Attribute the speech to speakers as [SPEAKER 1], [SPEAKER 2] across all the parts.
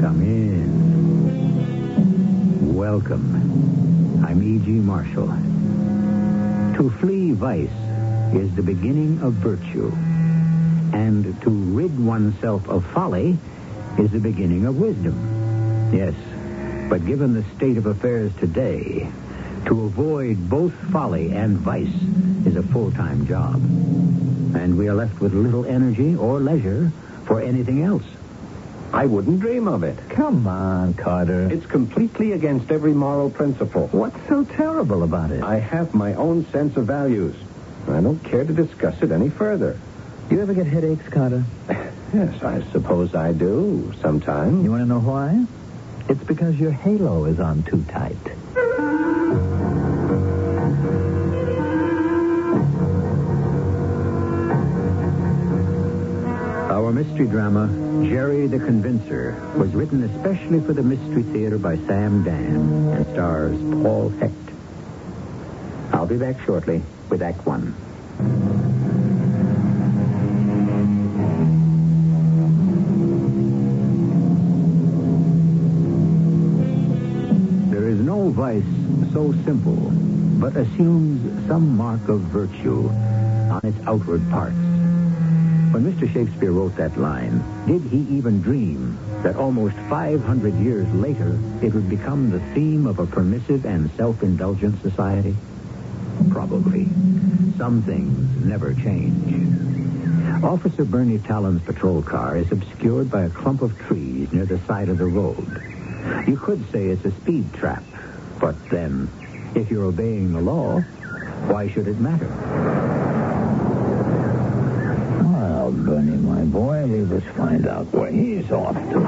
[SPEAKER 1] Come in. Welcome. I'm E.G. Marshall. To flee vice is the beginning of virtue, and to rid oneself of folly is the beginning of wisdom. Yes, but given the state of affairs today, to avoid both folly and vice is a full time job. And we are left with little energy or leisure for anything else. I wouldn't dream of it. Come on, Carter.
[SPEAKER 2] It's completely against every moral principle.
[SPEAKER 1] What's so terrible about it?
[SPEAKER 2] I have my own sense of values. I don't care to discuss it any further.
[SPEAKER 1] You ever get headaches, Carter?
[SPEAKER 2] Yes, I suppose I do sometimes.
[SPEAKER 1] You want to know why? It's because your halo is on too tight. Our mystery drama, Jerry the Convincer, was written especially for the Mystery Theater by Sam Dan and stars Paul Hecht. I'll be back shortly with Act One. There is no vice so simple, but assumes some mark of virtue on its outward parts. When Mr. Shakespeare wrote that line, did he even dream that almost 500 years later it would become the theme of a permissive and self-indulgent society? Probably. Some things never change. Officer Bernie Talon's patrol car is obscured by a clump of trees near the side of the road. You could say it's a speed trap, but then, if you're obeying the law, why should it matter? Well, Bernie, my boy, leave us find out where he's off to.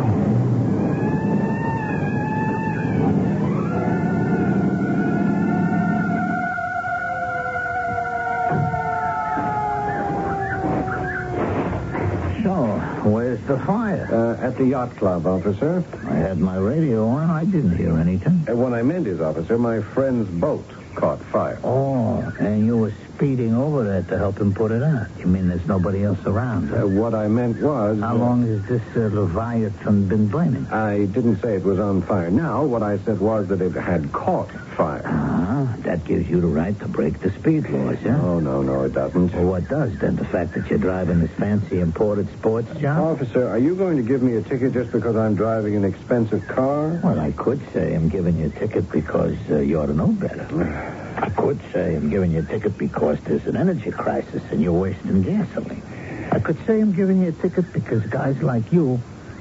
[SPEAKER 1] So, where's the fire?
[SPEAKER 2] Uh, at the yacht club, officer.
[SPEAKER 1] I had my radio on. I didn't hear anything.
[SPEAKER 2] Uh, what I meant is, officer, my friend's boat caught fire.
[SPEAKER 1] Oh, and you were speeding over there to help him put it out. You mean there's nobody else around?
[SPEAKER 2] Uh, what I meant was.
[SPEAKER 1] How long has this uh, Leviathan been burning?
[SPEAKER 2] I didn't say it was on fire. Now, what I said was that it had caught fire.
[SPEAKER 1] Ah, that gives you the right to break the speed laws, huh?
[SPEAKER 2] Oh, no, no, it doesn't.
[SPEAKER 1] Well, what does then? The fact that you're driving this fancy imported sports car?
[SPEAKER 2] Officer, are you going to give me a ticket just because I'm driving an expensive car?
[SPEAKER 1] Well, I could say I'm giving you a ticket because uh, you ought to know better. I could say I'm giving you a ticket because there's an energy crisis and you're wasting gasoline. I could say I'm giving you a ticket because guys like you,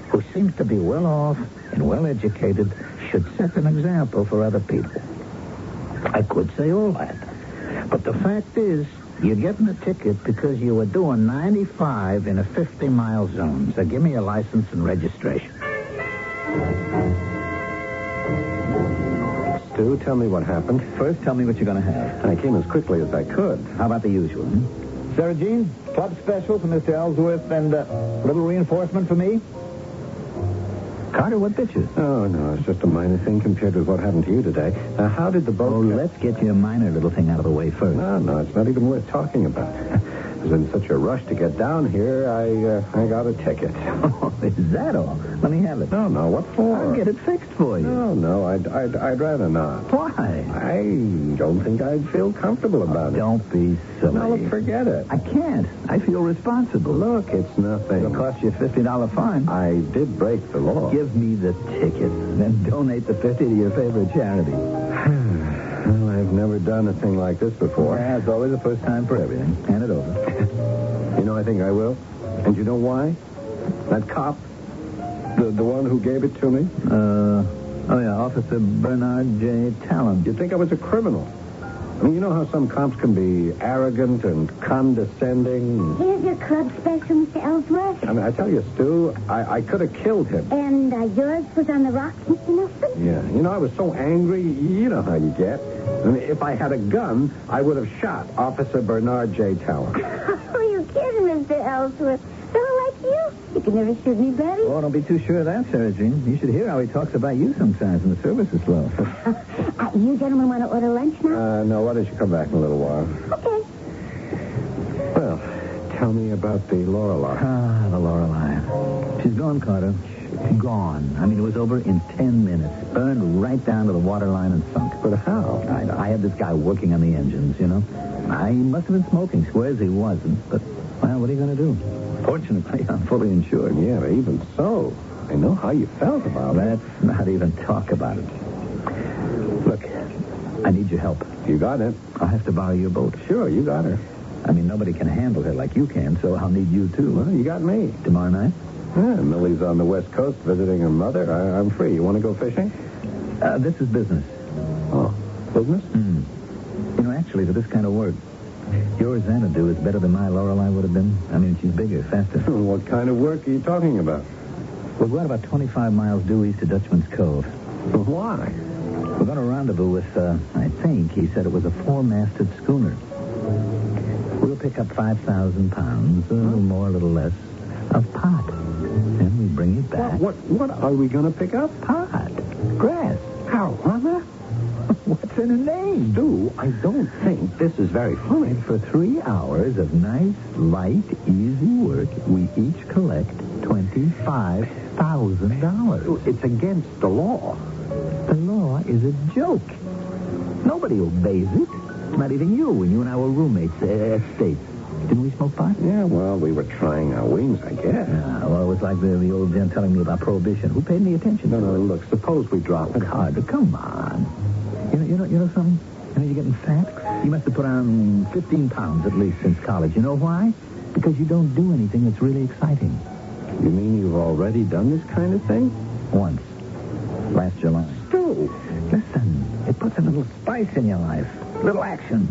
[SPEAKER 1] who seems to be well off and well educated, should set an example for other people. I could say all that. But the fact is, you're getting a ticket because you were doing 95 in a 50-mile zone. So give me your license and registration.
[SPEAKER 2] Stu, tell me what happened.
[SPEAKER 1] First, tell me what you're going to have.
[SPEAKER 2] I came as quickly as I could.
[SPEAKER 1] How about the usual? hmm? Sarah Jean, club special for Mr. Ellsworth and a little reinforcement for me. Carter, what bitches?
[SPEAKER 2] Oh, no, it's just a minor thing compared with what happened to you today. Now, how did the boat...
[SPEAKER 1] Oh, let's get your minor little thing out of the way first.
[SPEAKER 2] No, no, it's not even worth talking about. I was in such a rush to get down here, I uh, I got a ticket.
[SPEAKER 1] Oh, is that all? Let me have it.
[SPEAKER 2] No, no, what for?
[SPEAKER 1] I'll get it fixed for you.
[SPEAKER 2] No, no, I'd, I'd, I'd rather not.
[SPEAKER 1] Why?
[SPEAKER 2] I don't think I'd feel comfortable about it.
[SPEAKER 1] Don't be silly.
[SPEAKER 2] No, look, forget it.
[SPEAKER 1] I can't. I feel responsible.
[SPEAKER 2] Look, it's nothing.
[SPEAKER 1] It'll cost you a $50 fine.
[SPEAKER 2] I did break the law.
[SPEAKER 1] Give me the ticket, then donate the 50 to your favorite charity.
[SPEAKER 2] Well, I've never done a thing like this before.
[SPEAKER 1] Yeah, it's always the first time for everything. Hand it over.
[SPEAKER 2] You know, I think I will. And you know why? That cop, the, the one who gave it to me,
[SPEAKER 1] Uh, oh, yeah, Officer Bernard J. Talon.
[SPEAKER 2] you'd think I was a criminal.
[SPEAKER 3] I mean, you know how some cops can be arrogant and condescending.
[SPEAKER 4] Here's your club special, Mr. Ellsworth.
[SPEAKER 3] I mean, I tell you, Stu, I, I could have killed him.
[SPEAKER 4] And uh, yours was on the rocks, Mr. Nelson?
[SPEAKER 3] Yeah, you know, I was so angry. You know how you get. I mean, if I had a gun, I would have shot Officer Bernard J. Tower.
[SPEAKER 4] Oh, you kidding, Mr. Ellsworth. Someone like you? You can never shoot anybody.
[SPEAKER 1] Oh, don't be too sure of that, Sarah Jean. You should hear how he talks about you sometimes when the service is slow.
[SPEAKER 4] Uh, you gentlemen want to order lunch now?
[SPEAKER 3] Uh, no, why don't you come back in a little while?
[SPEAKER 4] Okay.
[SPEAKER 3] Well, tell me about the Lorelei.
[SPEAKER 1] ah, the Lorelei. She's gone, Carter. Gone. I mean, it was over in ten minutes. Burned right down to the water line and sunk.
[SPEAKER 3] But how?
[SPEAKER 1] I, know. I had this guy working on the engines, you know. I he must have been smoking. Swears he wasn't. But, well, what are you going to do? Fortunately, I'm fully insured.
[SPEAKER 3] Yeah, but even so, I know how you felt about it.
[SPEAKER 1] Let's not even talk about it. Look, I need your help.
[SPEAKER 3] You got it.
[SPEAKER 1] I'll have to borrow your boat.
[SPEAKER 3] Sure, you got her.
[SPEAKER 1] I mean, nobody can handle her like you can, so I'll need you too.
[SPEAKER 3] Well, you got me.
[SPEAKER 1] Tomorrow night?
[SPEAKER 3] Yeah, Millie's on the West Coast visiting her mother. I, I'm free. You want to go fishing?
[SPEAKER 1] Uh, this is business.
[SPEAKER 3] Oh, business?
[SPEAKER 1] Hmm. You know, actually, for this kind of work, your Xanadu is better than my Lorelei would have been. I mean, she's bigger, faster.
[SPEAKER 3] what kind of work are you talking about?
[SPEAKER 1] We're going about 25 miles due east of Dutchman's Cove.
[SPEAKER 3] Why?
[SPEAKER 1] We're going to rendezvous with, uh, I think he said it was a four-masted schooner. We'll pick up 5,000 pounds, a little more, a little less, of pot. Then we bring it back.
[SPEAKER 3] What what are we going to pick up?
[SPEAKER 1] Pot. Grass.
[SPEAKER 3] How, Mother?
[SPEAKER 1] What's in a name?
[SPEAKER 3] Do I don't think this is very funny.
[SPEAKER 1] And for three hours of nice, light, easy work, we each collect $25,000.
[SPEAKER 3] It's against the law.
[SPEAKER 1] The law is a joke. Nobody obeys it. Not even you when you and I were roommates uh, at State. Didn't we smoke pot?
[SPEAKER 3] Yeah, well, we were trying our wings, I guess.
[SPEAKER 1] Ah, well, it was like the, the old gent telling me about prohibition. Who paid any attention?
[SPEAKER 3] No, no, look, suppose we drop
[SPEAKER 1] But Carter, come on. You know, you know, you know something? You know, you're getting fat. You must have put on 15 pounds at least since college. You know why? Because you don't do anything that's really exciting.
[SPEAKER 3] You mean you've already done this kind of thing?
[SPEAKER 1] Once. Last July.
[SPEAKER 3] Stu,
[SPEAKER 1] Listen, it puts a little spice in your life. Little action.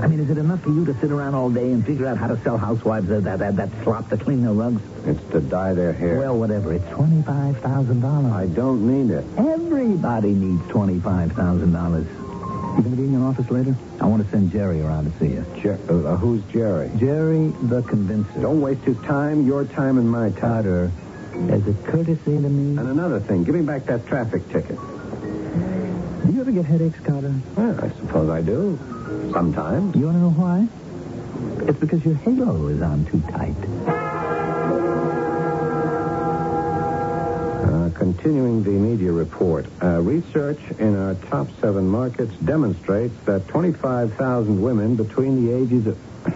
[SPEAKER 1] I mean, is it enough for you to sit around all day and figure out how to sell housewives that, that, that, that slop to clean their rugs?
[SPEAKER 3] it's to dye their hair.
[SPEAKER 1] Well, whatever. It's $25,000.
[SPEAKER 3] I don't need it.
[SPEAKER 1] Everybody needs twenty-five thousand dollars. You gonna be in your office later? I want to send Jerry around to see you.
[SPEAKER 3] Jer- uh, who's Jerry?
[SPEAKER 1] Jerry the convincer.
[SPEAKER 3] Don't waste his time, your time, and my time.
[SPEAKER 1] Carter, as a courtesy to me.
[SPEAKER 3] And another thing, give me back that traffic ticket.
[SPEAKER 1] Do you ever get headaches, Carter?
[SPEAKER 3] Well, I suppose I do. Sometimes.
[SPEAKER 1] You wanna know why? It's because your halo is on too tight.
[SPEAKER 3] Uh, continuing the media report, uh, research in our top seven markets demonstrates that 25,000 women between the ages of.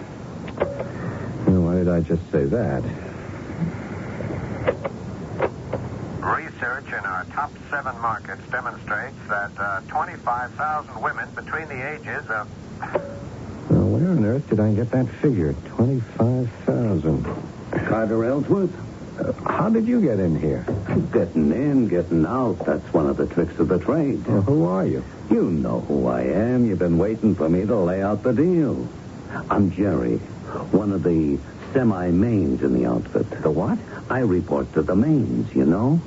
[SPEAKER 3] Oh, Why did I just say that?
[SPEAKER 5] Research in our top seven markets demonstrates that uh, 25,000 women between the ages of.
[SPEAKER 3] Now, where on earth did I get that figure? 25,000. Carter Ellsworth? Uh, how did you get in here?
[SPEAKER 2] Getting in, getting out, that's one of the tricks of the trade.
[SPEAKER 3] Well, who are you?
[SPEAKER 2] You know who I am. You've been waiting for me to lay out the deal. I'm Jerry, one of the semi-mains in the outfit. The what? I report to the mains, you know.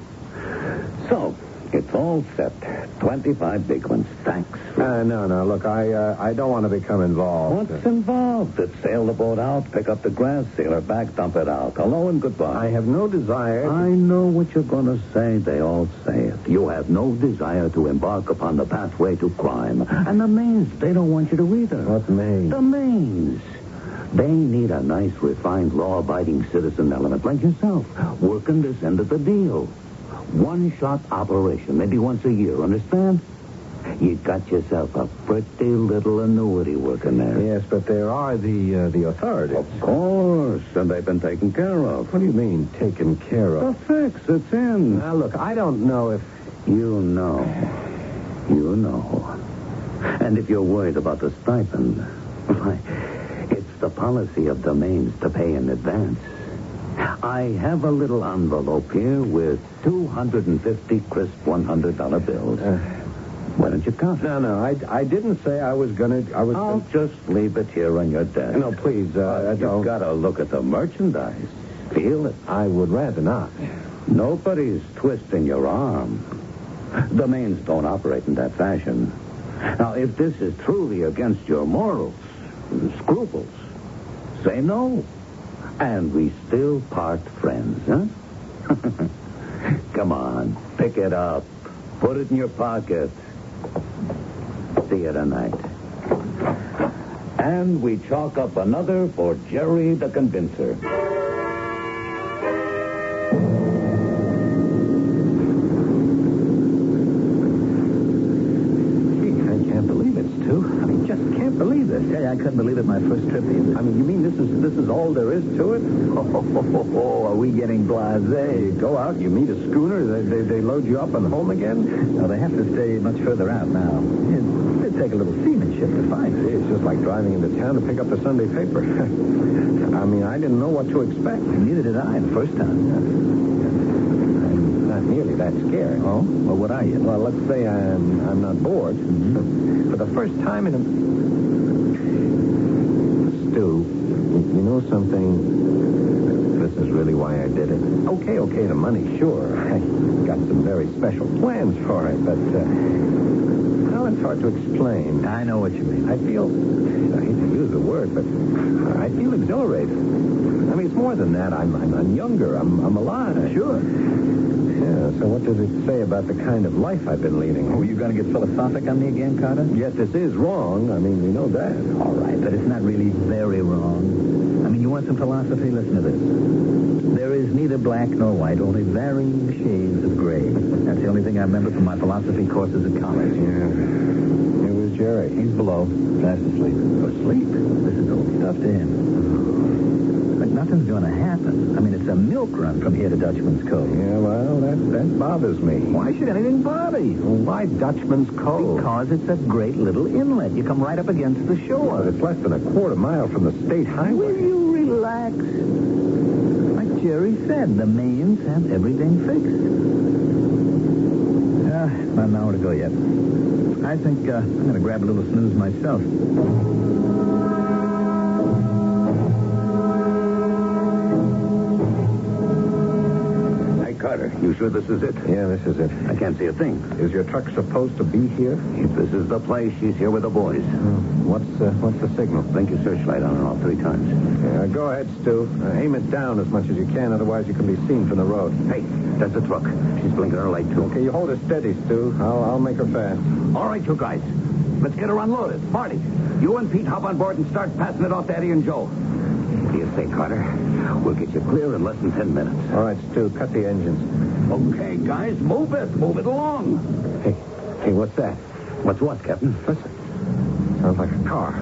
[SPEAKER 2] So, it's all set. 25 big ones, thanks.
[SPEAKER 3] Uh, no, no, look, I uh, I don't want to become involved.
[SPEAKER 2] What's involved? It's sail the boat out, pick up the grass, sail her back, dump it out. Hello and
[SPEAKER 3] I
[SPEAKER 2] goodbye.
[SPEAKER 3] have no desire. to-
[SPEAKER 2] I know what you're going to say. They all say it. You have no desire to embark upon the pathway to crime. And the Maines, they don't want you to either.
[SPEAKER 3] What name?
[SPEAKER 2] The Maines. They need a nice, refined, law-abiding citizen element like yourself, working this end of the deal. One-shot operation, maybe once a year, understand? You got yourself a pretty little annuity working there.
[SPEAKER 3] Yes, but there are the uh, the authorities.
[SPEAKER 2] Of course, and they've been taken care of.
[SPEAKER 3] What do you mean taken care
[SPEAKER 2] The
[SPEAKER 3] of?
[SPEAKER 2] fix, it's in.
[SPEAKER 3] Now look, I don't know if
[SPEAKER 2] You know. You know. And if you're worried about the stipend, why, it's the policy of domains to pay in advance. I have a little envelope here with 250 crisp $100 bills. Why don't you count it?
[SPEAKER 3] Uh. No, no, I, I didn't say I was gonna. I was.
[SPEAKER 2] I'll just leave it here on your desk.
[SPEAKER 3] No, please, uh, I
[SPEAKER 2] You've
[SPEAKER 3] don't.
[SPEAKER 2] got to look at the merchandise. Feel it.
[SPEAKER 3] I would rather not.
[SPEAKER 2] Nobody's twisting your arm. The mains don't operate in that fashion. Now, if this is truly against your morals and scruples, say no. And we still part friends, huh? Come on, pick it up. Put it in your pocket. See you tonight. And we chalk up another for Jerry the Convincer.
[SPEAKER 1] Gee, I can't believe it, Stu. I mean, just can't believe this. Hey, I couldn't believe it my first trip either. I mean, you mean this is this is all there is to it? Oh, are we getting blasé? You go out, you meet a schooner, they, they, they load you up and home again? No, they have to stay much further out now. It, it'd take a little seamanship to find it.
[SPEAKER 3] It's just like driving into town to pick up the Sunday paper. I mean, I didn't know what to expect.
[SPEAKER 1] Neither did I the first time.
[SPEAKER 3] I'm not nearly that scared.
[SPEAKER 1] Oh? Well, what are you?
[SPEAKER 3] Well, let's say I'm I'm not bored. But for the first time in a Stu, you know something? This is really why I did it. Okay, okay, the money, sure. I got some very special plans for it, but uh, well, it's hard to explain.
[SPEAKER 1] I know what you mean.
[SPEAKER 3] I feel, I hate to use the word, but I feel exhilarated. I mean, it's more than that. I'm, I'm, I'm younger. I'm, I'm alive. Sure. Yeah, so what does it say about the kind of life I've been leading?
[SPEAKER 1] Oh, you going to get philosophic on me again, Carter?
[SPEAKER 3] Yes, this is wrong. I mean, we know that.
[SPEAKER 1] All right, but it's not really very wrong. I mean, you want some philosophy? Listen to this. There is neither black nor white, only varying shades of gray. That's the only thing I remember from my philosophy courses at college.
[SPEAKER 3] Yeah. It was Jerry.
[SPEAKER 1] He's below, fast asleep. Asleep? This is old stuff to him. But nothing's going to happen. I mean, it's a milk run from here to Dutchman's Cove.
[SPEAKER 3] Yeah, well, that, that bothers me.
[SPEAKER 1] Why should anything bother you?
[SPEAKER 3] Why Dutchman's Cove?
[SPEAKER 1] Because it's a great little inlet. You come right up against the shore.
[SPEAKER 3] Well, it's less than a quarter mile from the state highway.
[SPEAKER 1] Will you relax? Like Jerry said, the mains have everything fixed. Uh, about an hour to go yet. I think uh, I'm going to grab a little snooze myself.
[SPEAKER 2] Hey, Carter, you sure this is it?
[SPEAKER 3] Yeah, this is it.
[SPEAKER 2] I can't see a thing.
[SPEAKER 3] Is your truck supposed to be here? Oh,
[SPEAKER 2] If this is the place, she's here with the boys.
[SPEAKER 3] What's uh, what's the signal?
[SPEAKER 2] Blink your searchlight on and off three times.
[SPEAKER 3] Yeah, go ahead, Stu. Uh, aim it down as much as you can, otherwise you can be seen from the road.
[SPEAKER 2] Hey, that's a truck. She's blinking her light, too.
[SPEAKER 3] Okay, you hold her steady, Stu. I'll, I'll make her fast.
[SPEAKER 2] All right, you guys. Let's get her unloaded. Marty, you and Pete hop on board and start passing it off to Eddie and Joe. Do you say, Carter? We'll get you clear in less than ten minutes.
[SPEAKER 3] All right, Stu, cut the engines.
[SPEAKER 2] Okay, guys, move it. Move it along.
[SPEAKER 3] Hey, hey, what's that?
[SPEAKER 2] What's what, Captain?
[SPEAKER 3] Listen. Sounds like a car.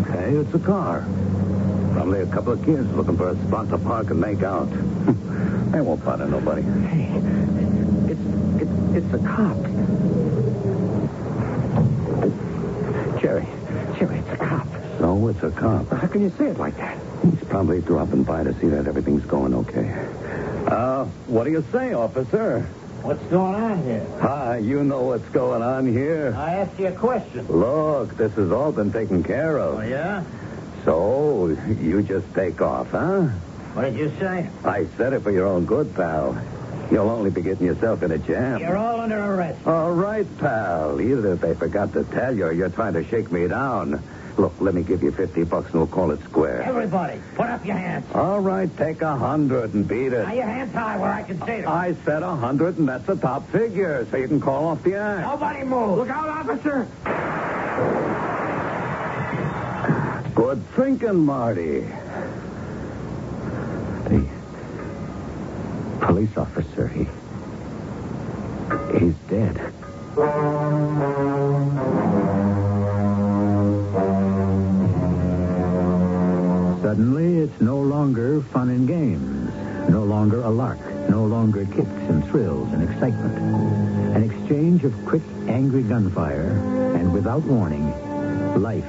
[SPEAKER 2] Okay, it's a car. Probably a couple of kids looking for a spot to park and make out. they won't bother nobody.
[SPEAKER 3] Hey, it's it's it's a cop. Jerry, Jerry, it's a cop.
[SPEAKER 2] So it's a cop.
[SPEAKER 3] How can you say it like that?
[SPEAKER 2] He's probably dropping by to see that everything's going okay. Uh, what do you say, officer?
[SPEAKER 6] What's going on here?
[SPEAKER 2] Hi, you know what's going on here.
[SPEAKER 6] I asked you a question.
[SPEAKER 2] Look, this has all been taken care
[SPEAKER 6] Oh,
[SPEAKER 2] of.
[SPEAKER 6] yeah?
[SPEAKER 2] So, you just take off, huh?
[SPEAKER 6] What did you say?
[SPEAKER 2] I said it for your own good, pal. You'll only be getting yourself in a jam.
[SPEAKER 6] You're all under arrest.
[SPEAKER 2] All right, pal. Either they forgot to tell you or you're trying to shake me down. Look, let me give you 50 bucks and we'll call it square.
[SPEAKER 6] Everybody, put up your hands.
[SPEAKER 2] All right, take a hundred and beat
[SPEAKER 6] Now,
[SPEAKER 2] it.
[SPEAKER 6] your hands high where I can see them.
[SPEAKER 2] I said a hundred and that's the top figure, so you can call off the act.
[SPEAKER 6] Nobody move. Look out, officer.
[SPEAKER 2] Good thinking, Marty.
[SPEAKER 1] The police officer, he. He's dead. Suddenly, it's no longer fun and games, no longer a lark, no longer kicks and thrills and excitement. An exchange of quick, angry gunfire, and without warning, life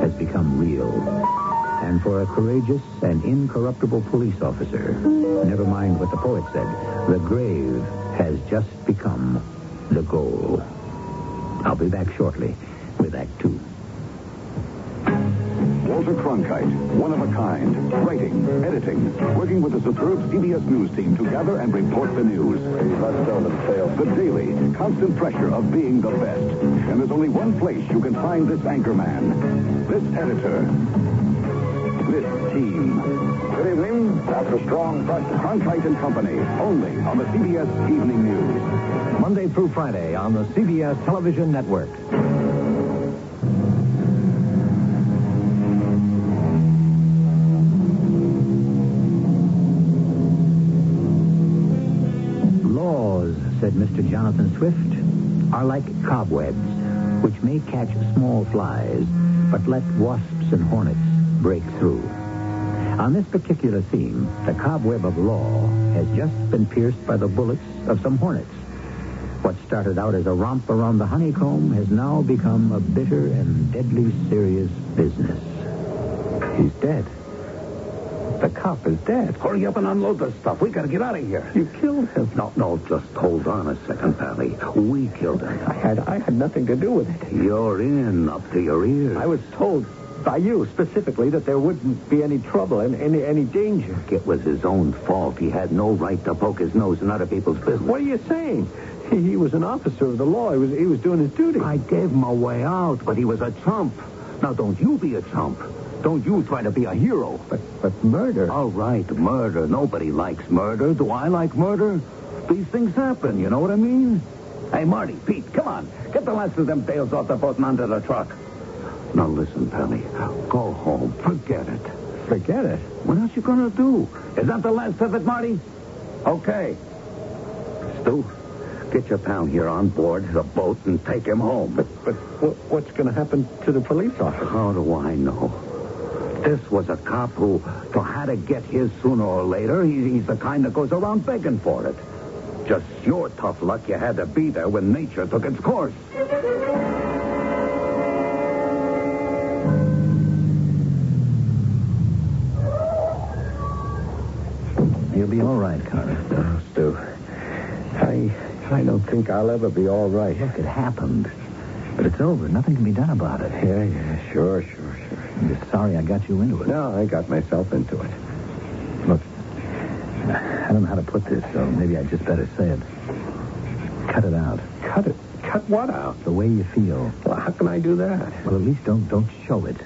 [SPEAKER 1] has become real. And for a courageous and incorruptible police officer, never mind what the poet said, the grave has just become the goal. I'll be back shortly with Act Two.
[SPEAKER 7] Walter Cronkite, one of a kind, writing, editing, working with a superb CBS News team to gather and report the news. The daily, constant pressure of being the best. And there's only one place you can find this anchorman, this editor, this team. Good evening. Dr. Strong, Dr. Cronkite and Company, only on the CBS Evening News.
[SPEAKER 1] Monday through Friday on the CBS Television Network. Laws, said Mr. Jonathan Swift, are like cobwebs, which may catch small flies, but let wasps and hornets break through. On this particular theme, the cobweb of law has just been pierced by the bullets of some hornets. What started out as a romp around the honeycomb has now become a bitter and deadly serious business. He's dead. The cop is dead.
[SPEAKER 2] Hurry up and unload the stuff. We gotta get out of here.
[SPEAKER 1] You killed him.
[SPEAKER 2] No, no, just hold on a second, Pally. We killed him.
[SPEAKER 1] I had I had nothing to do with it.
[SPEAKER 2] You're in up to your ears.
[SPEAKER 1] I was told by you specifically that there wouldn't be any trouble and any any danger.
[SPEAKER 2] It was his own fault. He had no right to poke his nose in other people's business.
[SPEAKER 1] What are you saying? He, he was an officer of the law. He was he was doing his duty.
[SPEAKER 2] I gave him a way out, but he was a chump. Now, don't you be a chump. Don't you try to be a hero.
[SPEAKER 1] but but murder.
[SPEAKER 2] All right, murder. Nobody likes murder. Do I like murder? These things happen, you know what I mean? Hey, Marty, Pete, come on. Get the last of them tails off the boat and onto the truck. Now, listen, Pally. Go home. Forget it.
[SPEAKER 1] Forget it.
[SPEAKER 2] What else you gonna do? Is that the last of it, Marty? Okay. Stu, get your pal here on board the boat and take him home. But,
[SPEAKER 1] But what, what's going to happen to the police officer?
[SPEAKER 2] how do I know? This was a cop who, who had to get his sooner or later. He, he's the kind that goes around begging for it. Just your tough luck you had to be there when nature took its course.
[SPEAKER 1] You'll be all right, Connor.
[SPEAKER 2] No, Stu. I I don't think I'll ever be all right. Look, it happened.
[SPEAKER 1] But it's over. Nothing can be done about it.
[SPEAKER 2] Yeah, yeah, sure, sure, sure.
[SPEAKER 1] I'm just sorry I got you into it.
[SPEAKER 2] No, I got myself into it.
[SPEAKER 1] Look, I don't know how to put this, so maybe I just better say it. Cut it out.
[SPEAKER 2] Cut it. Cut what out?
[SPEAKER 1] The way you feel.
[SPEAKER 2] Well, how can I do that?
[SPEAKER 1] Well, at least don't don't show it.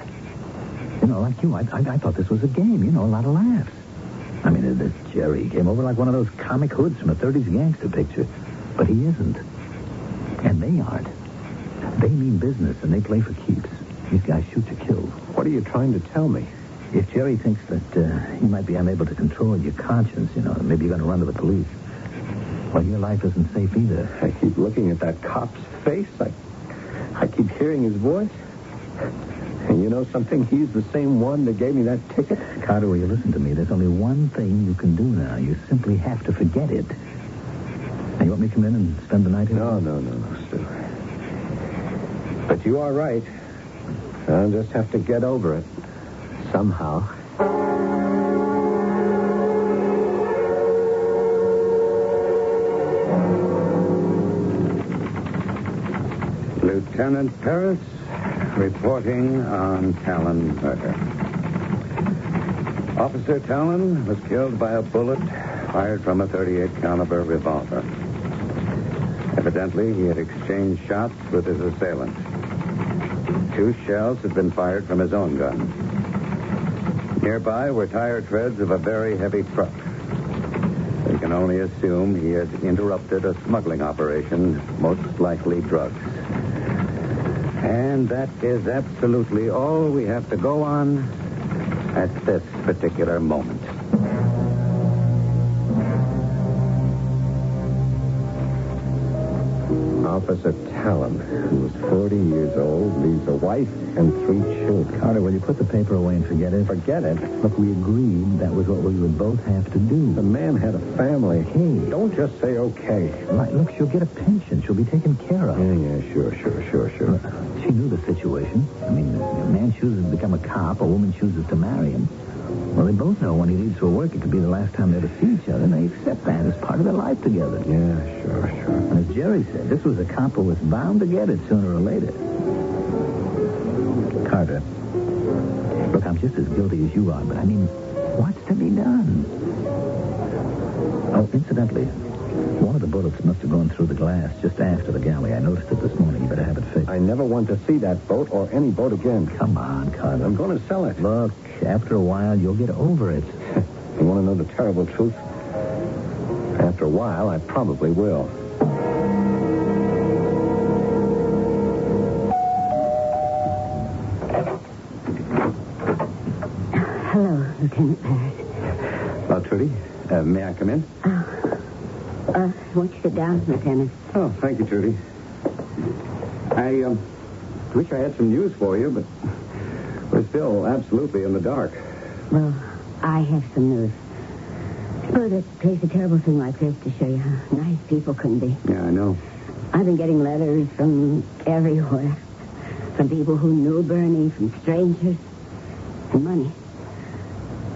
[SPEAKER 1] You know, like you, I, I, I thought this was a game. You know, a lot of laughs. I mean, this Jerry came over like one of those comic hoods from a '30s gangster picture, but he isn't, and they aren't. They mean business, and they play for keeps. These guys shoot to kill.
[SPEAKER 2] What are you trying to tell me?
[SPEAKER 1] If Jerry thinks that uh, you might be unable to control your conscience, you know, maybe you're going to run to the police. Well, your life isn't safe either.
[SPEAKER 2] I keep looking at that cop's face. I, I keep hearing his voice. And you know something? He's the same one that gave me that ticket.
[SPEAKER 1] Carter, will you listen to me? There's only one thing you can do now. You simply have to forget it. Now, you want me to come in and spend the night here?
[SPEAKER 2] No, no, no, no, Stu. But you are right. I'll just have to get over it somehow. Lieutenant Paris reporting on Talon murder. Officer Talon was killed by a bullet fired from a 38 caliber revolver. Evidently, he had exchanged shots with his assailant. Two shells had been fired from his own gun. Nearby were tire treads of a very heavy truck. They can only assume he had interrupted a smuggling operation, most likely drugs. And that is absolutely all we have to go on at this particular moment.
[SPEAKER 3] Officer Talon, who's 40 years old, leaves a wife and three children.
[SPEAKER 1] Carter, will you put the paper away and forget it?
[SPEAKER 3] Forget it.
[SPEAKER 1] Look, we agreed that was what we would both have
[SPEAKER 3] The
[SPEAKER 1] to do.
[SPEAKER 3] man had a family.
[SPEAKER 1] Hey.
[SPEAKER 3] Don't just say okay.
[SPEAKER 1] Right, look, she'll get a pension. She'll be taken care of.
[SPEAKER 3] Yeah, yeah, sure, sure, sure,
[SPEAKER 1] Look,
[SPEAKER 3] sure.
[SPEAKER 1] She knew the situation. I mean, a man chooses to become a cop, a woman chooses to marry him. Well, they both know when he leaves for work, it could be the last time they ever see each other, and they accept that as part of their life together.
[SPEAKER 3] Yeah, sure, sure.
[SPEAKER 1] And as Jerry said, this was a cop who was bound to get it sooner or later. Carter, look, I'm just as guilty as you are, but I mean, what's to be done? Oh, incidentally, one of the bullets must have gone through the glass just after the galley. I noticed it this morning. You better have it fixed.
[SPEAKER 3] I never want to see that boat or any boat again.
[SPEAKER 1] Come on, Carter.
[SPEAKER 3] I'm going to sell it.
[SPEAKER 1] Look, after a while, you'll get over it.
[SPEAKER 3] You want to know the terrible truth? After a while, I probably will.
[SPEAKER 4] Hello, Lieutenant Parrish.
[SPEAKER 3] Well, Trudy, uh, may I come in?
[SPEAKER 4] Uh, won't you sit down, Lieutenant?
[SPEAKER 3] Oh, thank you, Trudy. I um, wish I had some news for you, but we're still absolutely in the dark.
[SPEAKER 4] Well, I have some news. Suppose a place a terrible thing like this to show you how nice people can be.
[SPEAKER 3] Yeah, I know.
[SPEAKER 4] I've been getting letters from everywhere. From people who knew Bernie, from strangers, and money.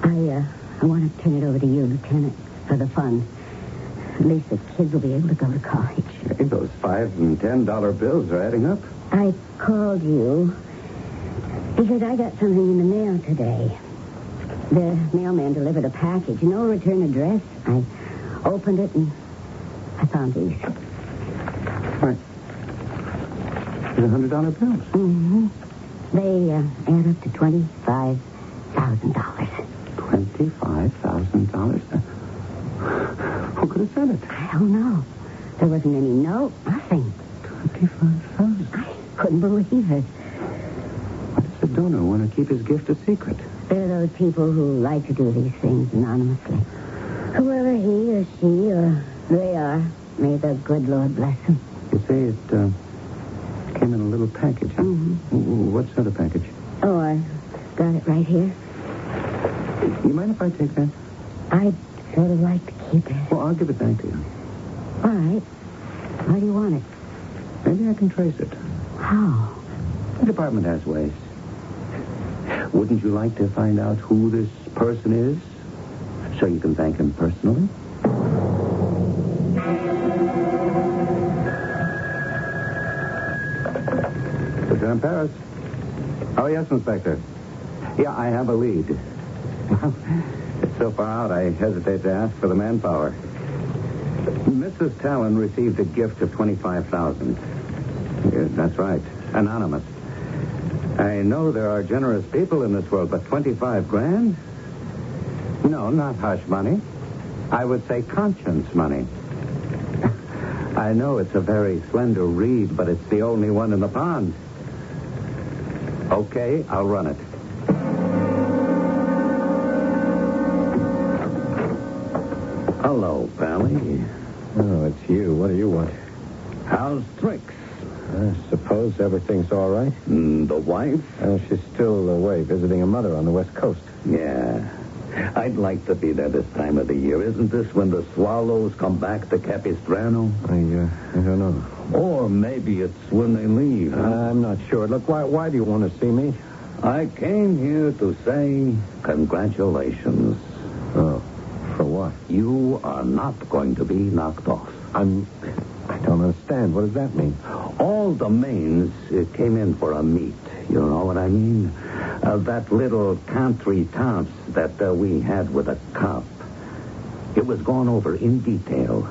[SPEAKER 4] I, uh, I want to turn it over to you, Lieutenant, for the fun. At least the kids will be able to go to college.
[SPEAKER 3] Hey, those five and ten dollar bills are adding up.
[SPEAKER 4] I called you because I got something in the mail today. The mailman delivered a package, no return address. I opened it and I found these.
[SPEAKER 3] Right. These hundred dollar bills.
[SPEAKER 4] Mm-hmm. They uh, add up to twenty-five thousand dollars.
[SPEAKER 3] Twenty-five thousand dollars. Uh, Who could have sent it?
[SPEAKER 4] I don't know. There wasn't any note, nothing.
[SPEAKER 3] Twenty-five thousand.
[SPEAKER 4] I couldn't believe it.
[SPEAKER 3] Why does the donor want to keep his gift a secret?
[SPEAKER 4] There are those people who like to do these things anonymously. Whoever he or she or they are, may the good Lord bless them.
[SPEAKER 3] You say it uh, came in a little package. Huh? W- What sort of package?
[SPEAKER 4] Oh, I got it right here.
[SPEAKER 3] You mind if I take that?
[SPEAKER 4] I'd sort of like to keep it.
[SPEAKER 3] Well, I'll give it back to you.
[SPEAKER 4] All right. Why do you want it?
[SPEAKER 3] Maybe I can trace it.
[SPEAKER 4] How?
[SPEAKER 3] The department has ways. Wouldn't you like to find out who this person is? So you can thank him personally? Lieutenant Paris. Oh, yes, Inspector. Yeah, I have a lead. Well, it's so far out, I hesitate to ask for the manpower. Mrs. Talon received a gift of 25000 yeah, That's right. Anonymous. I know there are generous people in this world, but 25 grand? No, not hush money. I would say conscience money. I know it's a very slender reed, but it's the only one in the pond. Okay, I'll run it.
[SPEAKER 2] Hello, Pally.
[SPEAKER 3] Oh, it's you. What do you want?
[SPEAKER 2] How's Trix?
[SPEAKER 3] I suppose everything's all right.
[SPEAKER 2] Mm, the wife?
[SPEAKER 3] Well, she's still away visiting her mother on the West Coast.
[SPEAKER 2] Yeah. I'd like to be there this time of the year. Isn't this when the swallows come back to Capistrano?
[SPEAKER 3] I, uh, I don't know.
[SPEAKER 2] Or maybe it's when they leave. huh?
[SPEAKER 3] I'm not sure. Look, why, why do you want to see me?
[SPEAKER 2] I came here to say congratulations.
[SPEAKER 3] Oh, for what?
[SPEAKER 2] You are not going to be knocked off.
[SPEAKER 3] I'm. I don't understand. What does that mean?
[SPEAKER 2] All the mains uh, came in for a meet. You know what I mean? Uh, that little country tops that uh, we had with a cop. It was gone over in detail.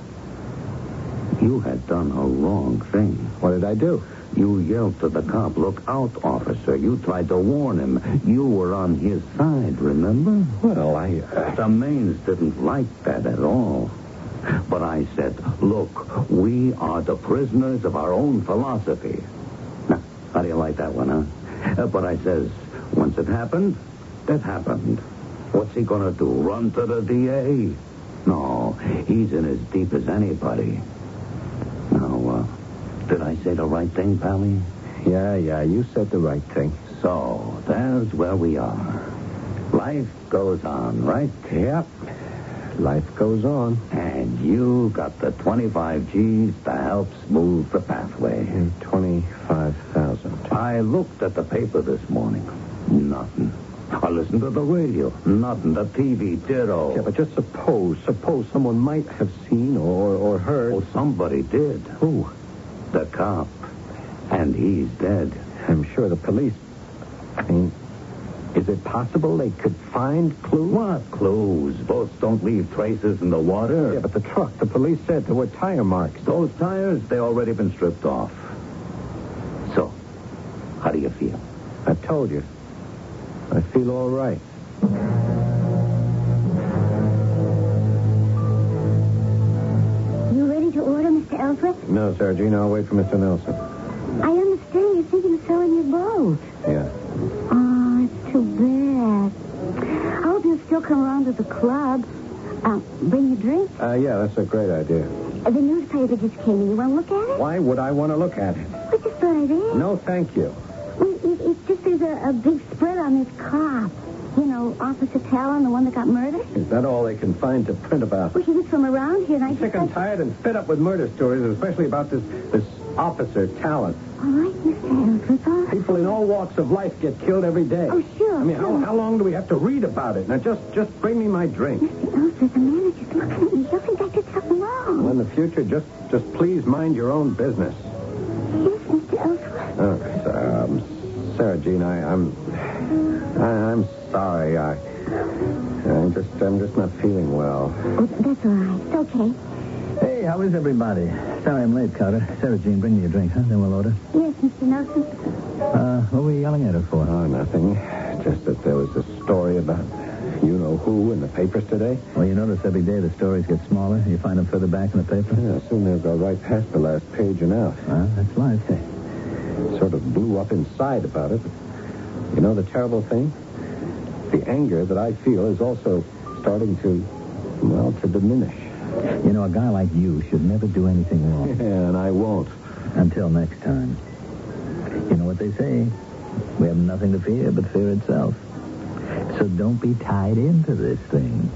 [SPEAKER 2] You had done a wrong thing.
[SPEAKER 3] What did I do?
[SPEAKER 2] You yelled to the cop, look out, officer. You tried to warn him. You were on his side, remember?
[SPEAKER 3] Well, I. uh,
[SPEAKER 2] The Maines didn't like that at all. But I said, look, we are the prisoners of our own philosophy. Now, how do you like that one, huh? Uh, but I says, once it happened, it happened. What's he gonna do? Run to the DA? No, he's in as deep as anybody. Now, uh, did I say the right thing, Pally?
[SPEAKER 3] Yeah, yeah, you said the right thing.
[SPEAKER 2] So, there's where we are. Life goes on, right?
[SPEAKER 3] Yep. Life goes on.
[SPEAKER 2] And you got the 25 G's to help smooth the pathway.
[SPEAKER 3] 25,000.
[SPEAKER 2] I looked at the paper this morning. Nothing.
[SPEAKER 8] or listen to the radio, not in the TV, ditto.
[SPEAKER 2] Yeah, but just suppose, suppose someone might have seen or, or heard.
[SPEAKER 8] Oh, somebody did.
[SPEAKER 2] Who?
[SPEAKER 8] The cop. And he's dead.
[SPEAKER 2] I'm sure the police. I mean, is it possible they could find clues?
[SPEAKER 8] What clues? Boats don't leave traces in the water.
[SPEAKER 2] Yeah, but the truck, the police said there were tire marks.
[SPEAKER 8] Those tires, they already been stripped off. So, how do you feel?
[SPEAKER 2] I told you. I feel all right.
[SPEAKER 4] You ready to order, Mr. Alfred?
[SPEAKER 2] No, Sergino, I'll wait for Mr. Nelson.
[SPEAKER 4] I understand you're thinking of selling your boat.
[SPEAKER 2] Yeah.
[SPEAKER 4] Oh, it's too bad. I hope you'll still come around to the club. Um, bring your drink.
[SPEAKER 2] Uh, yeah, that's a great idea.
[SPEAKER 4] The newspaper just came in. You want to look at it?
[SPEAKER 2] Why would I want to look at it?
[SPEAKER 4] I just thought I'd ask.
[SPEAKER 2] No, thank you.
[SPEAKER 4] Well, it, it just there's a, a big spread on this cop. You know, Officer Talon, the one that got murdered.
[SPEAKER 2] Is that all they can find to print about?
[SPEAKER 4] Well, he was from around here, and I
[SPEAKER 2] I'm sick
[SPEAKER 4] just
[SPEAKER 2] and tired and fed up with murder stories, especially about this this officer talent.
[SPEAKER 4] All right, Mr. Alfred. all right.
[SPEAKER 2] People in all walks of life get killed every day.
[SPEAKER 4] Oh, sure.
[SPEAKER 2] I mean, how, how long do we have to read about it? Now, just just bring me my drink.
[SPEAKER 4] Mr. Alfred, the manager's looking at me. He'll think I did something wrong.
[SPEAKER 2] Well, in the future, just just please mind your own business.
[SPEAKER 4] Yes, Mr. Alfred.
[SPEAKER 2] Oh, um, Sarah Jean, I, I'm I, I'm sorry. I I'm just I'm just not feeling well.
[SPEAKER 4] Oh, that's all right. It's okay.
[SPEAKER 1] Hey, how is everybody? Sorry I'm late, Carter. Sarah Jean, bring me a drink, huh? Then we'll order.
[SPEAKER 4] Yes, Mr. Nelson.
[SPEAKER 1] Uh, what were you yelling at her for?
[SPEAKER 2] Oh, nothing. Just that there was a story about you know who in the papers today.
[SPEAKER 1] Well, you notice every day the stories get smaller. You find them further back in the paper.
[SPEAKER 2] Yeah, soon they'll go right past the last page and out.
[SPEAKER 1] Well, that's life.
[SPEAKER 2] Sort of blew up inside about it. You know the terrible thing? The anger that I feel is also starting to, well, to diminish.
[SPEAKER 1] You know, a guy like you should never do anything wrong
[SPEAKER 2] And I won't.
[SPEAKER 1] until next time. You know what they say? We have nothing to fear but fear itself. So don't be tied into this thing.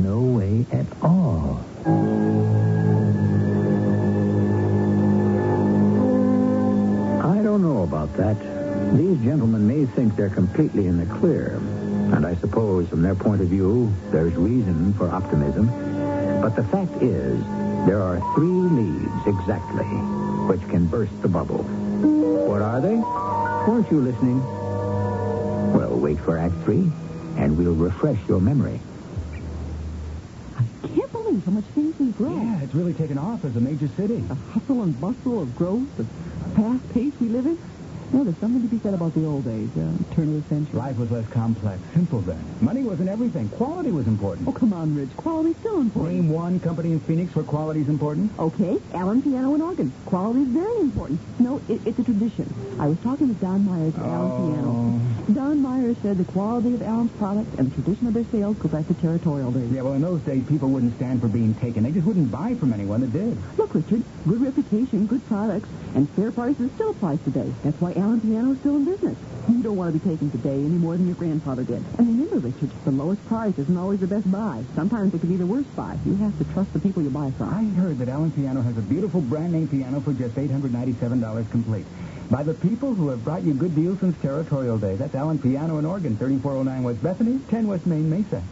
[SPEAKER 1] No way at all.
[SPEAKER 8] I don't know about that. These gentlemen may think they're completely in the clear. And I suppose, from their point of view, there's reason for optimism. But the fact is, there are three leaves exactly which can burst the bubble. What are they? Weren't you listening? Well, wait for Act Three, and we'll refresh your memory.
[SPEAKER 9] can't believe how much things we grow.
[SPEAKER 1] it's really taken off as a major city.
[SPEAKER 9] The hustle and bustle of growth, the fast pace we live in. No, there's something to be said about the old days, uh, turn of the century.
[SPEAKER 1] Life was less complex, simple then. Money wasn't everything. Quality was important.
[SPEAKER 9] Oh, come on, Rich. Quality's still important.
[SPEAKER 1] Name one company in Phoenix where quality's important.
[SPEAKER 9] Okay, Allen Piano and Organ. Quality's very important. No, it, it's a tradition. I was talking to Don Myers at Allen Piano. Don Myers said the quality of Allen's products and the tradition of their sales go back to territorial days.
[SPEAKER 1] Yeah, well, in those days, people wouldn't stand for being taken. They just wouldn't buy from anyone that did.
[SPEAKER 9] Look, Richard, good reputation, good products, and fair prices still applies today. That's why Allen Piano is still in business. You don't want to be taken today any more than your grandfather did. And remember, Richard, the lowest price isn't always the best buy. Sometimes it can be the worst buy. You have to trust the people you buy from.
[SPEAKER 1] I heard that Allen Piano has a beautiful brand name piano for just $897 complete. By the people who have brought you good deals since territorial days. That's Allen Piano in Oregon, 3409 West Bethany, 10 West Main Mesa.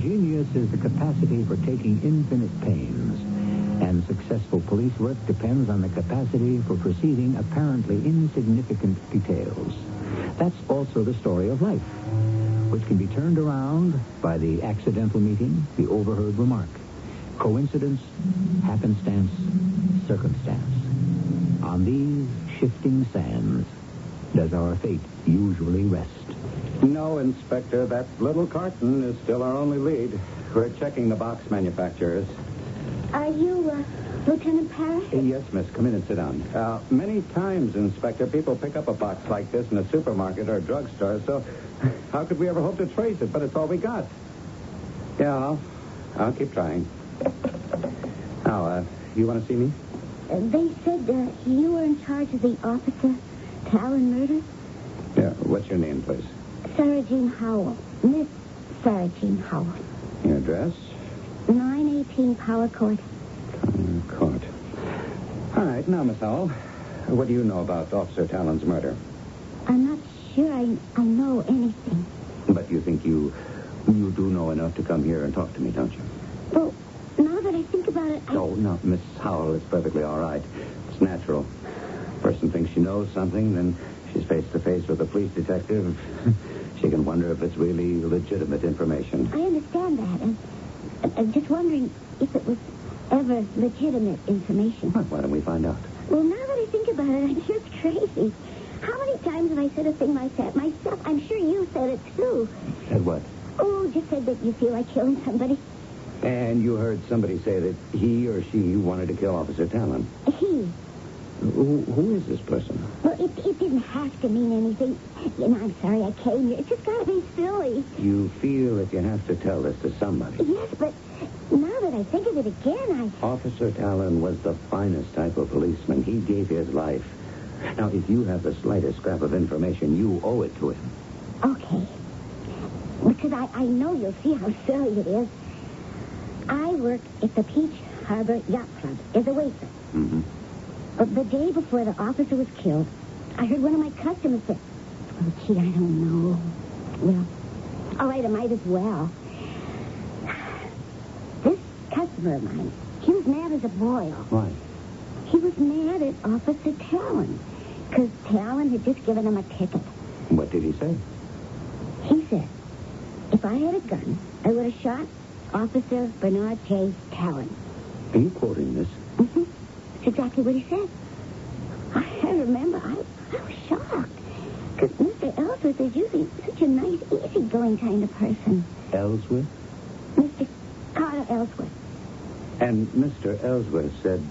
[SPEAKER 8] Genius is the capacity for taking infinite pains, and successful police work depends on the capacity for perceiving apparently insignificant details. That's also the story of life, which can be turned around by the accidental meeting, the overheard remark, coincidence, happenstance, circumstance. On these shifting sands does our fate usually rest.
[SPEAKER 2] No, Inspector, that little carton is still our only lead. We're checking the box manufacturers.
[SPEAKER 4] Are you uh, Lieutenant Parrish?
[SPEAKER 2] Uh, Yes, miss. Come in and sit down. Uh, many times, Inspector, people pick up a box like this in a supermarket or a drugstore, so how could we ever hope to trace it? But it's all we got. Yeah, I'll, I'll keep trying. Now, uh, you want to see me?
[SPEAKER 4] Uh, They said uh, you were in charge of the officer Talon murder.
[SPEAKER 2] Yeah. What's your name, please?
[SPEAKER 4] Sarah Jean Howell. Miss Sarah Jean Howell.
[SPEAKER 3] Your address?
[SPEAKER 4] 918 Power Court.
[SPEAKER 2] Mm,
[SPEAKER 3] Court. All right, now, Miss Howell, what do you know about Officer Talon's murder?
[SPEAKER 4] I'm not sure I, I know anything.
[SPEAKER 2] But you think you you do know enough to come here and talk to me, don't you?
[SPEAKER 4] Well, now that I think about it, I...
[SPEAKER 2] No, no, Miss Howell, it's perfectly all right. It's natural. Person thinks she knows something, then she's face to face with a police detective. she can wonder if it's really legitimate information.
[SPEAKER 4] I understand that. And I'm, I'm just wondering if it was ever legitimate information.
[SPEAKER 2] Why don't we find out?
[SPEAKER 4] Well, now that I think about it, I'm just crazy. How many times have I said a thing like that myself? I'm sure you said it too.
[SPEAKER 2] Said what?
[SPEAKER 4] Oh, just said that you feel like killing somebody.
[SPEAKER 2] And you heard somebody say that he or she wanted to kill Officer Talon.
[SPEAKER 4] He.
[SPEAKER 2] Who, who is this person?
[SPEAKER 4] Well, it, it didn't have to mean anything. You know, I'm sorry I came here. It's just got to be silly.
[SPEAKER 2] You feel that you have to tell this to somebody.
[SPEAKER 4] Yes, but now that I think of it again,
[SPEAKER 2] Officer Talon was the finest type of policeman. He gave his life. Now, if you have the slightest scrap of information, you owe it to him.
[SPEAKER 4] I... Okay. Because I, I know you'll see how silly it is. I worked at the Peach Harbor Yacht Club as a waitress.
[SPEAKER 2] Mm-hmm.
[SPEAKER 4] But Uh, the day before the officer was killed, I heard one of my customers say, Oh, gee, I don't know. Well, all right, I might as well. This customer of mine, he was mad as a boil.
[SPEAKER 2] Why?
[SPEAKER 4] He was mad at Officer Talon because Talon had just given him a ticket.
[SPEAKER 2] What did he say?
[SPEAKER 4] He said, if I had a gun, I would have shot Officer Bernard J. Talon.
[SPEAKER 2] Are you quoting this?
[SPEAKER 4] Mm-hmm. That's exactly what he said. I, I remember I, I was shocked because Mr. Ellsworth is usually such a nice, easygoing kind of person.
[SPEAKER 2] Ellsworth?
[SPEAKER 4] Mr. Carter Ellsworth.
[SPEAKER 2] And Mr. Ellsworth said.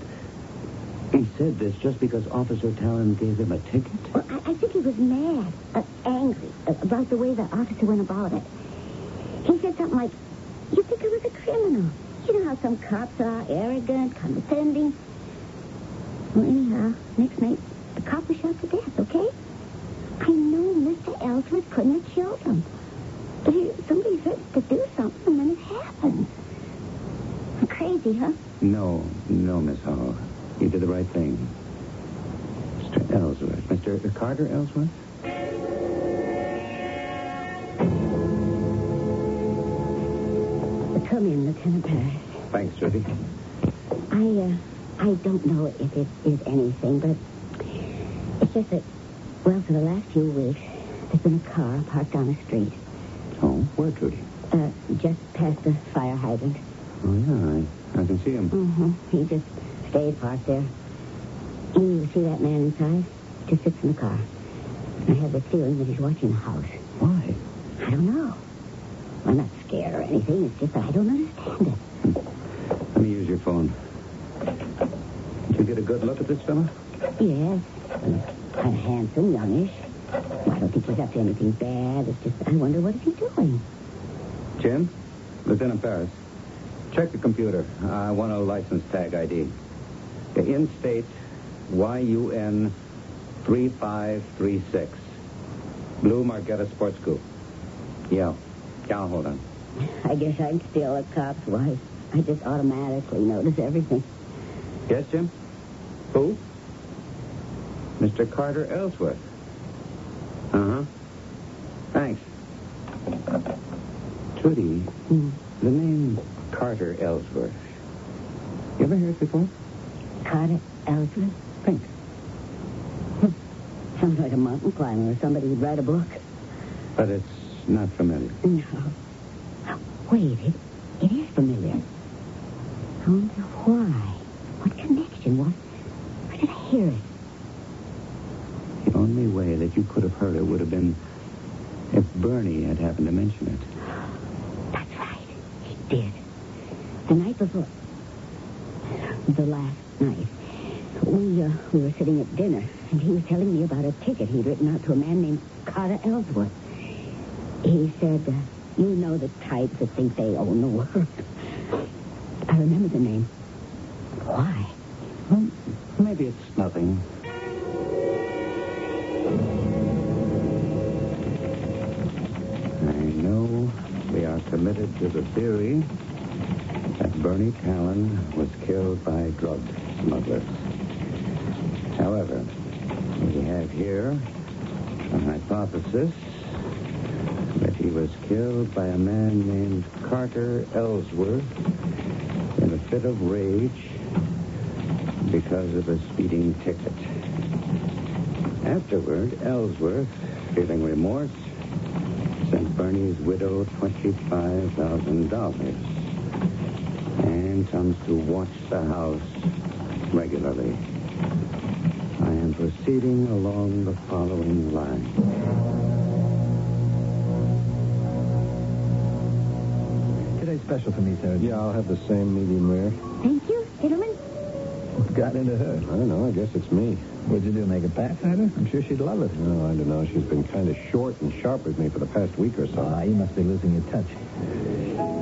[SPEAKER 2] He said this just because Officer Talon gave him a ticket?
[SPEAKER 4] Well, I, I think he was mad, uh, angry uh, about the way the officer went about it. He said something like, You think I was a criminal. You know how some cops are arrogant, condescending. Well, anyhow, next night, the cop was shot to death, okay? I know Mr. Ellsworth couldn't have killed him. But he, somebody had to do something, and then it happened. Crazy, huh?
[SPEAKER 2] No, no, Miss Howell. You did the right thing. Mr. Ellsworth. Mr. Carter Ellsworth?
[SPEAKER 4] Come in, Lieutenant Parrish.
[SPEAKER 2] Thanks, Judy.
[SPEAKER 4] I, uh, I don't know if it is anything, but it's just that, well, for the last few weeks, there's been a car parked on the street,
[SPEAKER 2] Oh, where, Judy?
[SPEAKER 4] uh, just past the fire hydrant.
[SPEAKER 2] Oh, yeah, I, I can see him.
[SPEAKER 4] Mm-hmm. He just stayed parked there. You see that man inside? Just sits in the car. I have the feeling that he's watching the house.
[SPEAKER 2] Why?
[SPEAKER 4] I don't know. I'm not scared or anything. It's just that I don't understand it.
[SPEAKER 2] Let me use your phone. Did you get a good look at this fella?
[SPEAKER 4] Yes. Kind of handsome, youngish. Well, I don't think he's up to anything bad. It's just I wonder what is he doing.
[SPEAKER 2] Jim? Lieutenant Paris. Check the computer. I want a license tag ID. In state YUN 3536. Blue Margetta Sports Coupe. Yeah. Yeah, hold on.
[SPEAKER 4] I guess I'm still a cop's wife. I just automatically notice everything.
[SPEAKER 2] Yes, Jim? Who? Mr. Carter Ellsworth. Uh huh. Thanks. Judy, the name Carter Ellsworth. You ever heard it before?
[SPEAKER 4] Carter Ellsworth? Think. Hmm. Sounds like a mountain climber or somebody who'd write a book.
[SPEAKER 2] But it's not familiar.
[SPEAKER 4] No. Wait, it, it is familiar. I wonder why. What connection? What? Where did I hear it?
[SPEAKER 2] The only way that you could have heard it would have been if Bernie had happened to mention it.
[SPEAKER 4] That's right. He did. The night before. The last night. We, uh, we were sitting at dinner, and he was telling me about a ticket he'd written out to a man named Carter Ellsworth. He said, uh, You know the type that think they own the world. I remember the name. Why?
[SPEAKER 2] Well, maybe it's nothing. I know we are to
[SPEAKER 1] committed to the theory that Bernie Callen was killed by drug smugglers. However, we have here a hypothesis that he was killed by a man named Carter Ellsworth in a fit of rage because of a speeding ticket. Afterward, Ellsworth, feeling remorse, sent Bernie's widow $25,000 and comes to watch the house regularly. I am proceeding along the following line.
[SPEAKER 10] Today's special for me, sir.
[SPEAKER 2] Yeah, I'll have the same medium rare.
[SPEAKER 4] Thank you, Kitterman.
[SPEAKER 10] Got into her. I
[SPEAKER 2] don't know. I guess it's me.
[SPEAKER 10] What'd you do? Make a pass at her? I'm sure she'd love it.
[SPEAKER 2] No, Oh, I don't know. She's been kind of short and sharp with me for the past week or so.
[SPEAKER 10] Ah, you must be losing your touch.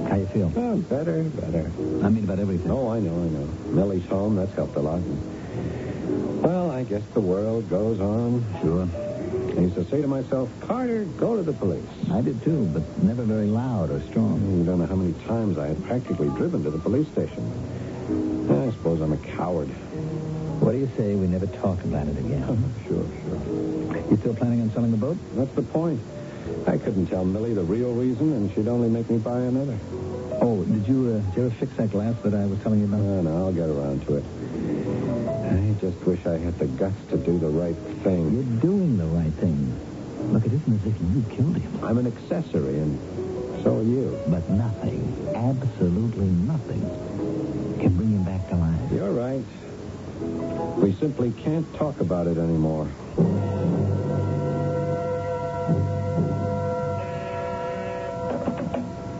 [SPEAKER 10] How you feel?
[SPEAKER 2] Oh, better, better.
[SPEAKER 10] I mean about everything.
[SPEAKER 2] Oh, I know, I know. Millie's home. That's helped a lot. And, Well, I guess the world goes on.
[SPEAKER 10] Sure.
[SPEAKER 2] I used to say to myself, Carter, go to the police.
[SPEAKER 10] I did too, but never very loud or strong.
[SPEAKER 2] You don't know how many times I had practically driven to the police station. I suppose I'm a coward.
[SPEAKER 10] What do you say we never talk about it again?
[SPEAKER 2] Sure, sure.
[SPEAKER 10] You still planning on selling the boat?
[SPEAKER 2] That's the point. I couldn't tell Millie the real reason, and she'd only make me buy another.
[SPEAKER 10] Oh, did you, uh, did you ever fix that glass that I was telling you about?
[SPEAKER 2] No, no, I'll get around to it. I just wish I had the guts to do the right
[SPEAKER 10] You're
[SPEAKER 2] thing.
[SPEAKER 10] doing the right thing. Look, it isn't as if you killed him.
[SPEAKER 2] I'm an accessory, and so are you.
[SPEAKER 10] But nothing, absolutely nothing, can bring him back to life.
[SPEAKER 2] You're right. We simply can't talk about it anymore.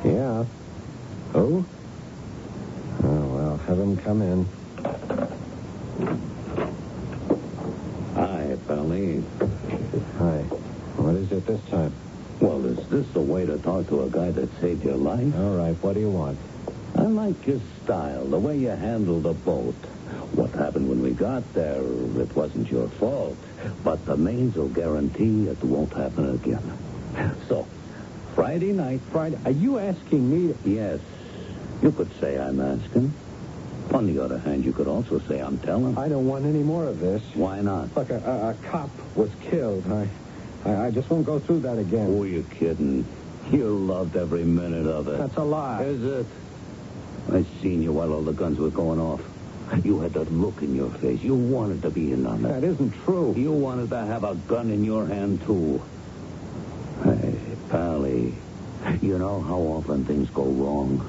[SPEAKER 2] Yeah. Who? Oh, well, have him come in.
[SPEAKER 1] Hi, Pauline.
[SPEAKER 2] Hi. What is it this time?
[SPEAKER 1] Well, is this the way to talk to a guy that saved your life?
[SPEAKER 2] All right, what do you want?
[SPEAKER 1] I like your style, the way you handled the boat. What happened when we got there, it wasn't your fault. But the mains will guarantee it won't happen again. So, Friday night, Friday.
[SPEAKER 2] Are you asking me to...
[SPEAKER 1] Yes, you could say I'm asking. On the other hand, you could also say I'm telling.
[SPEAKER 2] I don't want any more of this.
[SPEAKER 1] Why not?
[SPEAKER 2] Look, a, a, a cop was killed. I, I, I just won't go through that again.
[SPEAKER 1] Who are you Oh, kidding? You loved every minute of it.
[SPEAKER 2] That's a lie.
[SPEAKER 1] Oh, Is it? I seen you while all the guns were going off. You had that look in your face. You wanted to be in on it.
[SPEAKER 2] That isn't true.
[SPEAKER 1] You wanted to have a gun in your hand, too. Hey, Pally, you know how often things go wrong.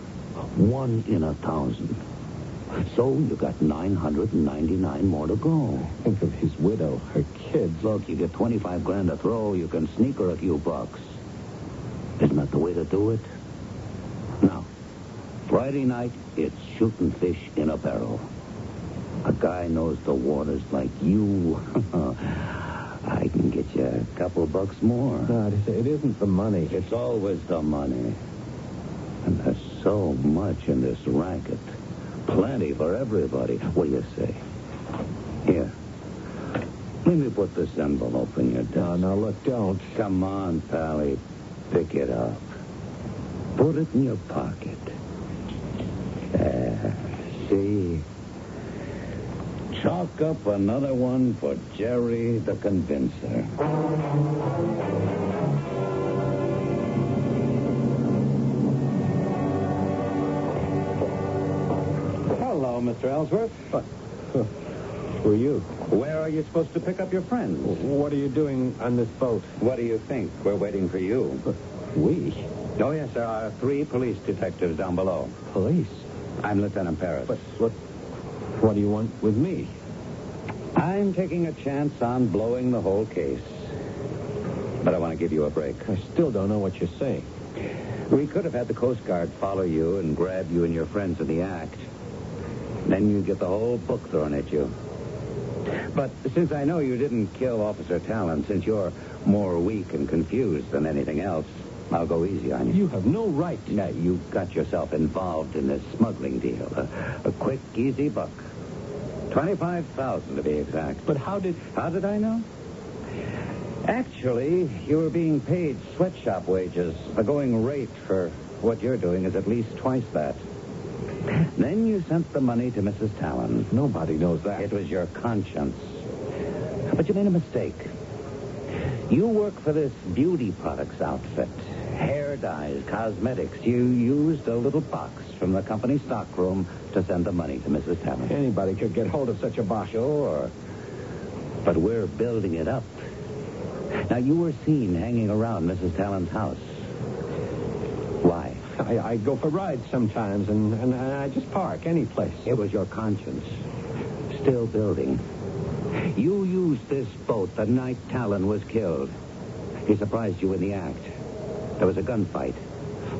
[SPEAKER 1] One in a thousand. So you got 999 more to go.
[SPEAKER 2] Think of his widow, her kids.
[SPEAKER 1] Look, you get 25 grand to throw, you can sneak her a few bucks. Isn't that the way to do it? Now, Friday night, it's shooting fish in a barrel. A guy knows the waters like you. I can get you a couple bucks more.
[SPEAKER 2] No, it is- it isn't the money.
[SPEAKER 1] It's always the money. And there's so much in this racket. Plenty for everybody. What do you say? Here. Let me put this envelope in your desk.
[SPEAKER 2] No, no, look, don't.
[SPEAKER 1] Come on, Pally. Pick it up. Put it in your pocket. There. Uh, See? Chalk up another one for Jerry the Convincer. Hello, Mr. Ellsworth.
[SPEAKER 2] Who are you?
[SPEAKER 1] Where are you supposed to pick up your friends?
[SPEAKER 2] What are you doing on this boat?
[SPEAKER 1] What do you think? We're waiting for you.
[SPEAKER 2] We?
[SPEAKER 1] Oh, yes, there are three police detectives down below.
[SPEAKER 2] Police?
[SPEAKER 1] I'm Lieutenant Paris.
[SPEAKER 2] But what, what do you want with me?
[SPEAKER 1] I'm taking a chance on blowing the whole case. But I want to give you a break.
[SPEAKER 2] I still don't know what you're saying.
[SPEAKER 1] We could have had the Coast Guard follow you and grab you and your friends in the act. Then you get the whole book thrown at you. But since I know you didn't kill Officer Talon, since you're more weak and confused than anything else, I'll go easy on you.
[SPEAKER 2] You have no right.
[SPEAKER 1] Now, you got yourself involved in this smuggling deal. A, a quick, easy buck. 25,000 to be exact.
[SPEAKER 2] But how did...
[SPEAKER 1] How did I know? Actually, you were being paid sweatshop wages, the going rate for What you're doing is at least twice that. Then you sent the money to Mrs. Talon. Nobody knows that. It was your conscience. But you made a mistake. You work for this beauty products outfit. Hair dyes, cosmetics. You used a little box from the company stockroom to send the money to Mrs. Talon. Anybody could get hold of such a box. Sure. But we're building it up. Now, you were seen hanging around Mrs. Talon's house. Why?
[SPEAKER 2] I, I go for rides sometimes, and, and I just park any place.
[SPEAKER 1] It was your conscience. Still building. You used this boat the night Talon was killed. He surprised you in the act. There was a gunfight.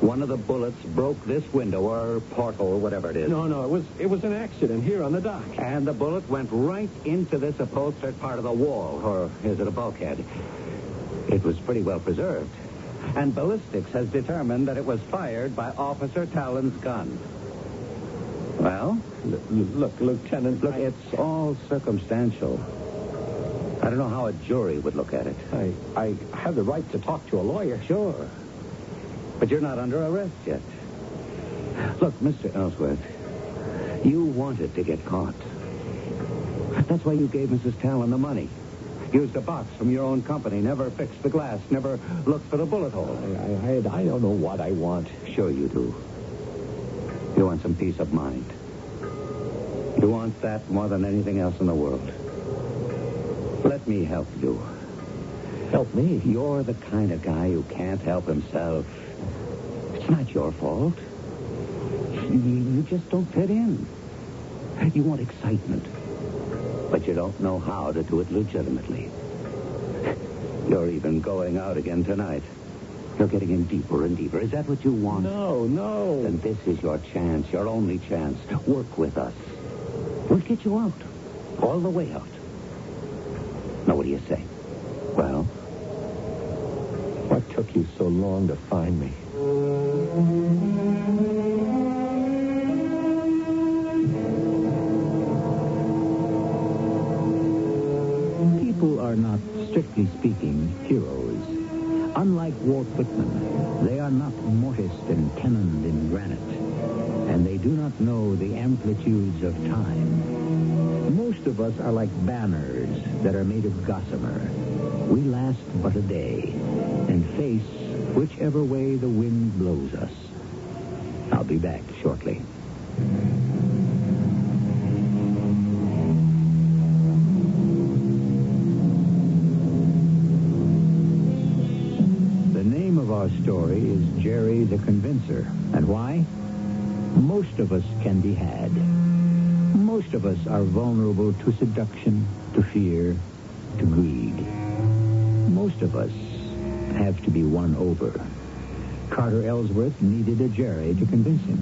[SPEAKER 1] One of the bullets broke this window or portal, whatever it is.
[SPEAKER 2] No, no, it was it was an accident here on the dock.
[SPEAKER 1] And the bullet went right into this upholstered part of the wall, or is it a bulkhead? It was pretty well preserved. And ballistics has determined that it was fired by Officer Talon's gun. Well?
[SPEAKER 2] look, Lieutenant.
[SPEAKER 1] Look, it's all circumstantial. I don't know how a jury would look at it.
[SPEAKER 2] I, I have the right to talk to a lawyer.
[SPEAKER 1] Sure. But you're not under arrest yet. Look, Mr. Ellsworth, you wanted to get caught. That's why you gave Mrs. Talon the money. Used a box from your own company, never fixed the glass, never looked for the bullet hole.
[SPEAKER 2] I, I, I don't know what I want.
[SPEAKER 1] Sure you do. You want some peace of mind. You want that more than anything else in the world. Let me help you.
[SPEAKER 2] Help me?
[SPEAKER 1] You're the kind of guy who can't help himself. It's not your fault. You, you just don't fit in. You want excitement, but you don't know how to do it legitimately. You're even going out again tonight. You're getting in deeper and deeper. Is that what you want?
[SPEAKER 2] No, no.
[SPEAKER 1] Then this is your chance, your only chance. Work with us. We'll get you out. All the way out. Now, what do you say? Well?
[SPEAKER 2] What took you so long to find me?
[SPEAKER 11] People are not, strictly speaking, heroes. Unlike Walt Whitman, they are not mortised and tenoned in granite, and they do not know the amplitudes of time. Most of us are like banners that are made of gossamer. We last but a day and face whichever way the wind blows us. I'll be back shortly. The name of our story is Jerry the Convincer. And why? Most of us can be had. Most of us are vulnerable to seduction, to fear, to greed. Most of us have to be won over. Carter Ellsworth needed a Jerry to convince him.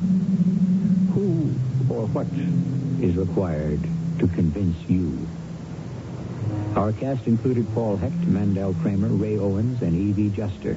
[SPEAKER 11] Who or what is required to convince you? Our cast included Paul Hecht, Mandel Kramer, Ray Owens, and E.V. Juster.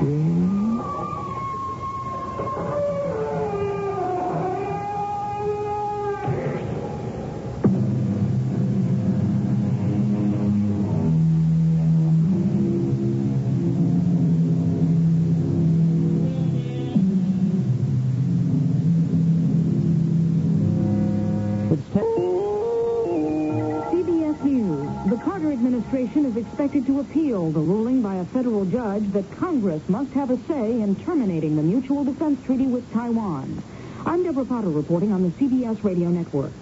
[SPEAKER 11] dreams.
[SPEAKER 9] CBS News. The Carter administration is expected to appeal the ruling by a federal judge that Congress must have a say in terminating the mutual defense treaty with Taiwan. I'm Deborah Potter reporting on the CBS radio network.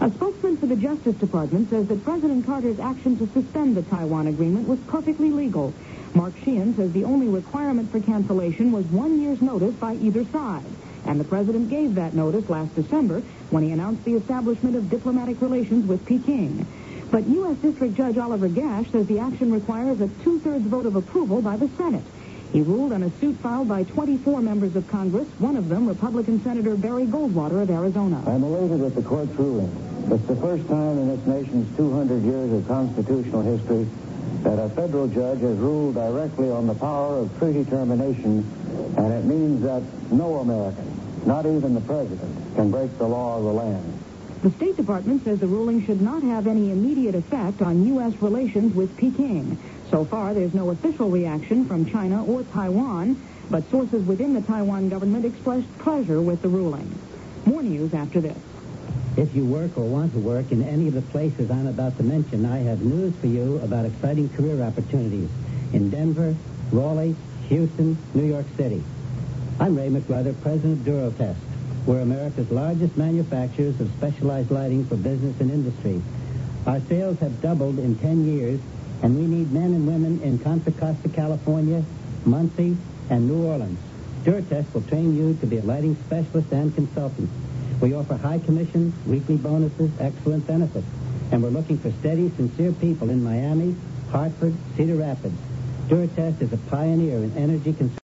[SPEAKER 9] A spokesman for the Justice Department says that President Carter's action to suspend the Taiwan agreement was perfectly legal. Mark Sheehan says the only requirement for cancellation was one year's notice by either side. And the president gave that notice last December when he announced the establishment of diplomatic relations with Peking. But U.S. District Judge Oliver Gash says the action requires a two-thirds vote of approval by the Senate. He ruled on a suit filed by 24 members of Congress, one of them Republican Senator Barry Goldwater of Arizona.
[SPEAKER 12] I'm elated with the court's ruling. It's the first time in this nation's 200 years of constitutional history that a federal judge has ruled directly on the power of treaty termination
[SPEAKER 13] And it means that no American, not even the president, can break the law of the land.
[SPEAKER 9] The State Department says the ruling should not have any immediate effect on U.S. relations with Peking. So far, there's no official reaction from China or Taiwan, but sources within the Taiwan government expressed pleasure with the ruling. More news after this.
[SPEAKER 1] If you work or want to work in any of the places I'm about to mention, I have news for you about exciting career opportunities in Denver, Raleigh, Houston, New York City. I'm Ray McRuther, president of Durotest. We're America's largest manufacturers of specialized lighting for business and industry. Our sales have doubled in 10 years, and we need men and women in Contra Costa, California, Muncie, and New Orleans. Duratest will train you to be a lighting specialist and consultant. We offer high commissions, weekly bonuses, excellent benefits, and we're looking for steady, sincere people in Miami, Hartford, Cedar Rapids. Duratest is a pioneer in energy conservation.